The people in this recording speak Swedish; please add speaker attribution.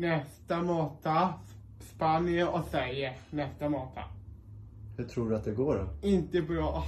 Speaker 1: nästa måndag Spanien och Sverige nästa måndag.
Speaker 2: Hur tror du att det går då?
Speaker 1: Inte bra.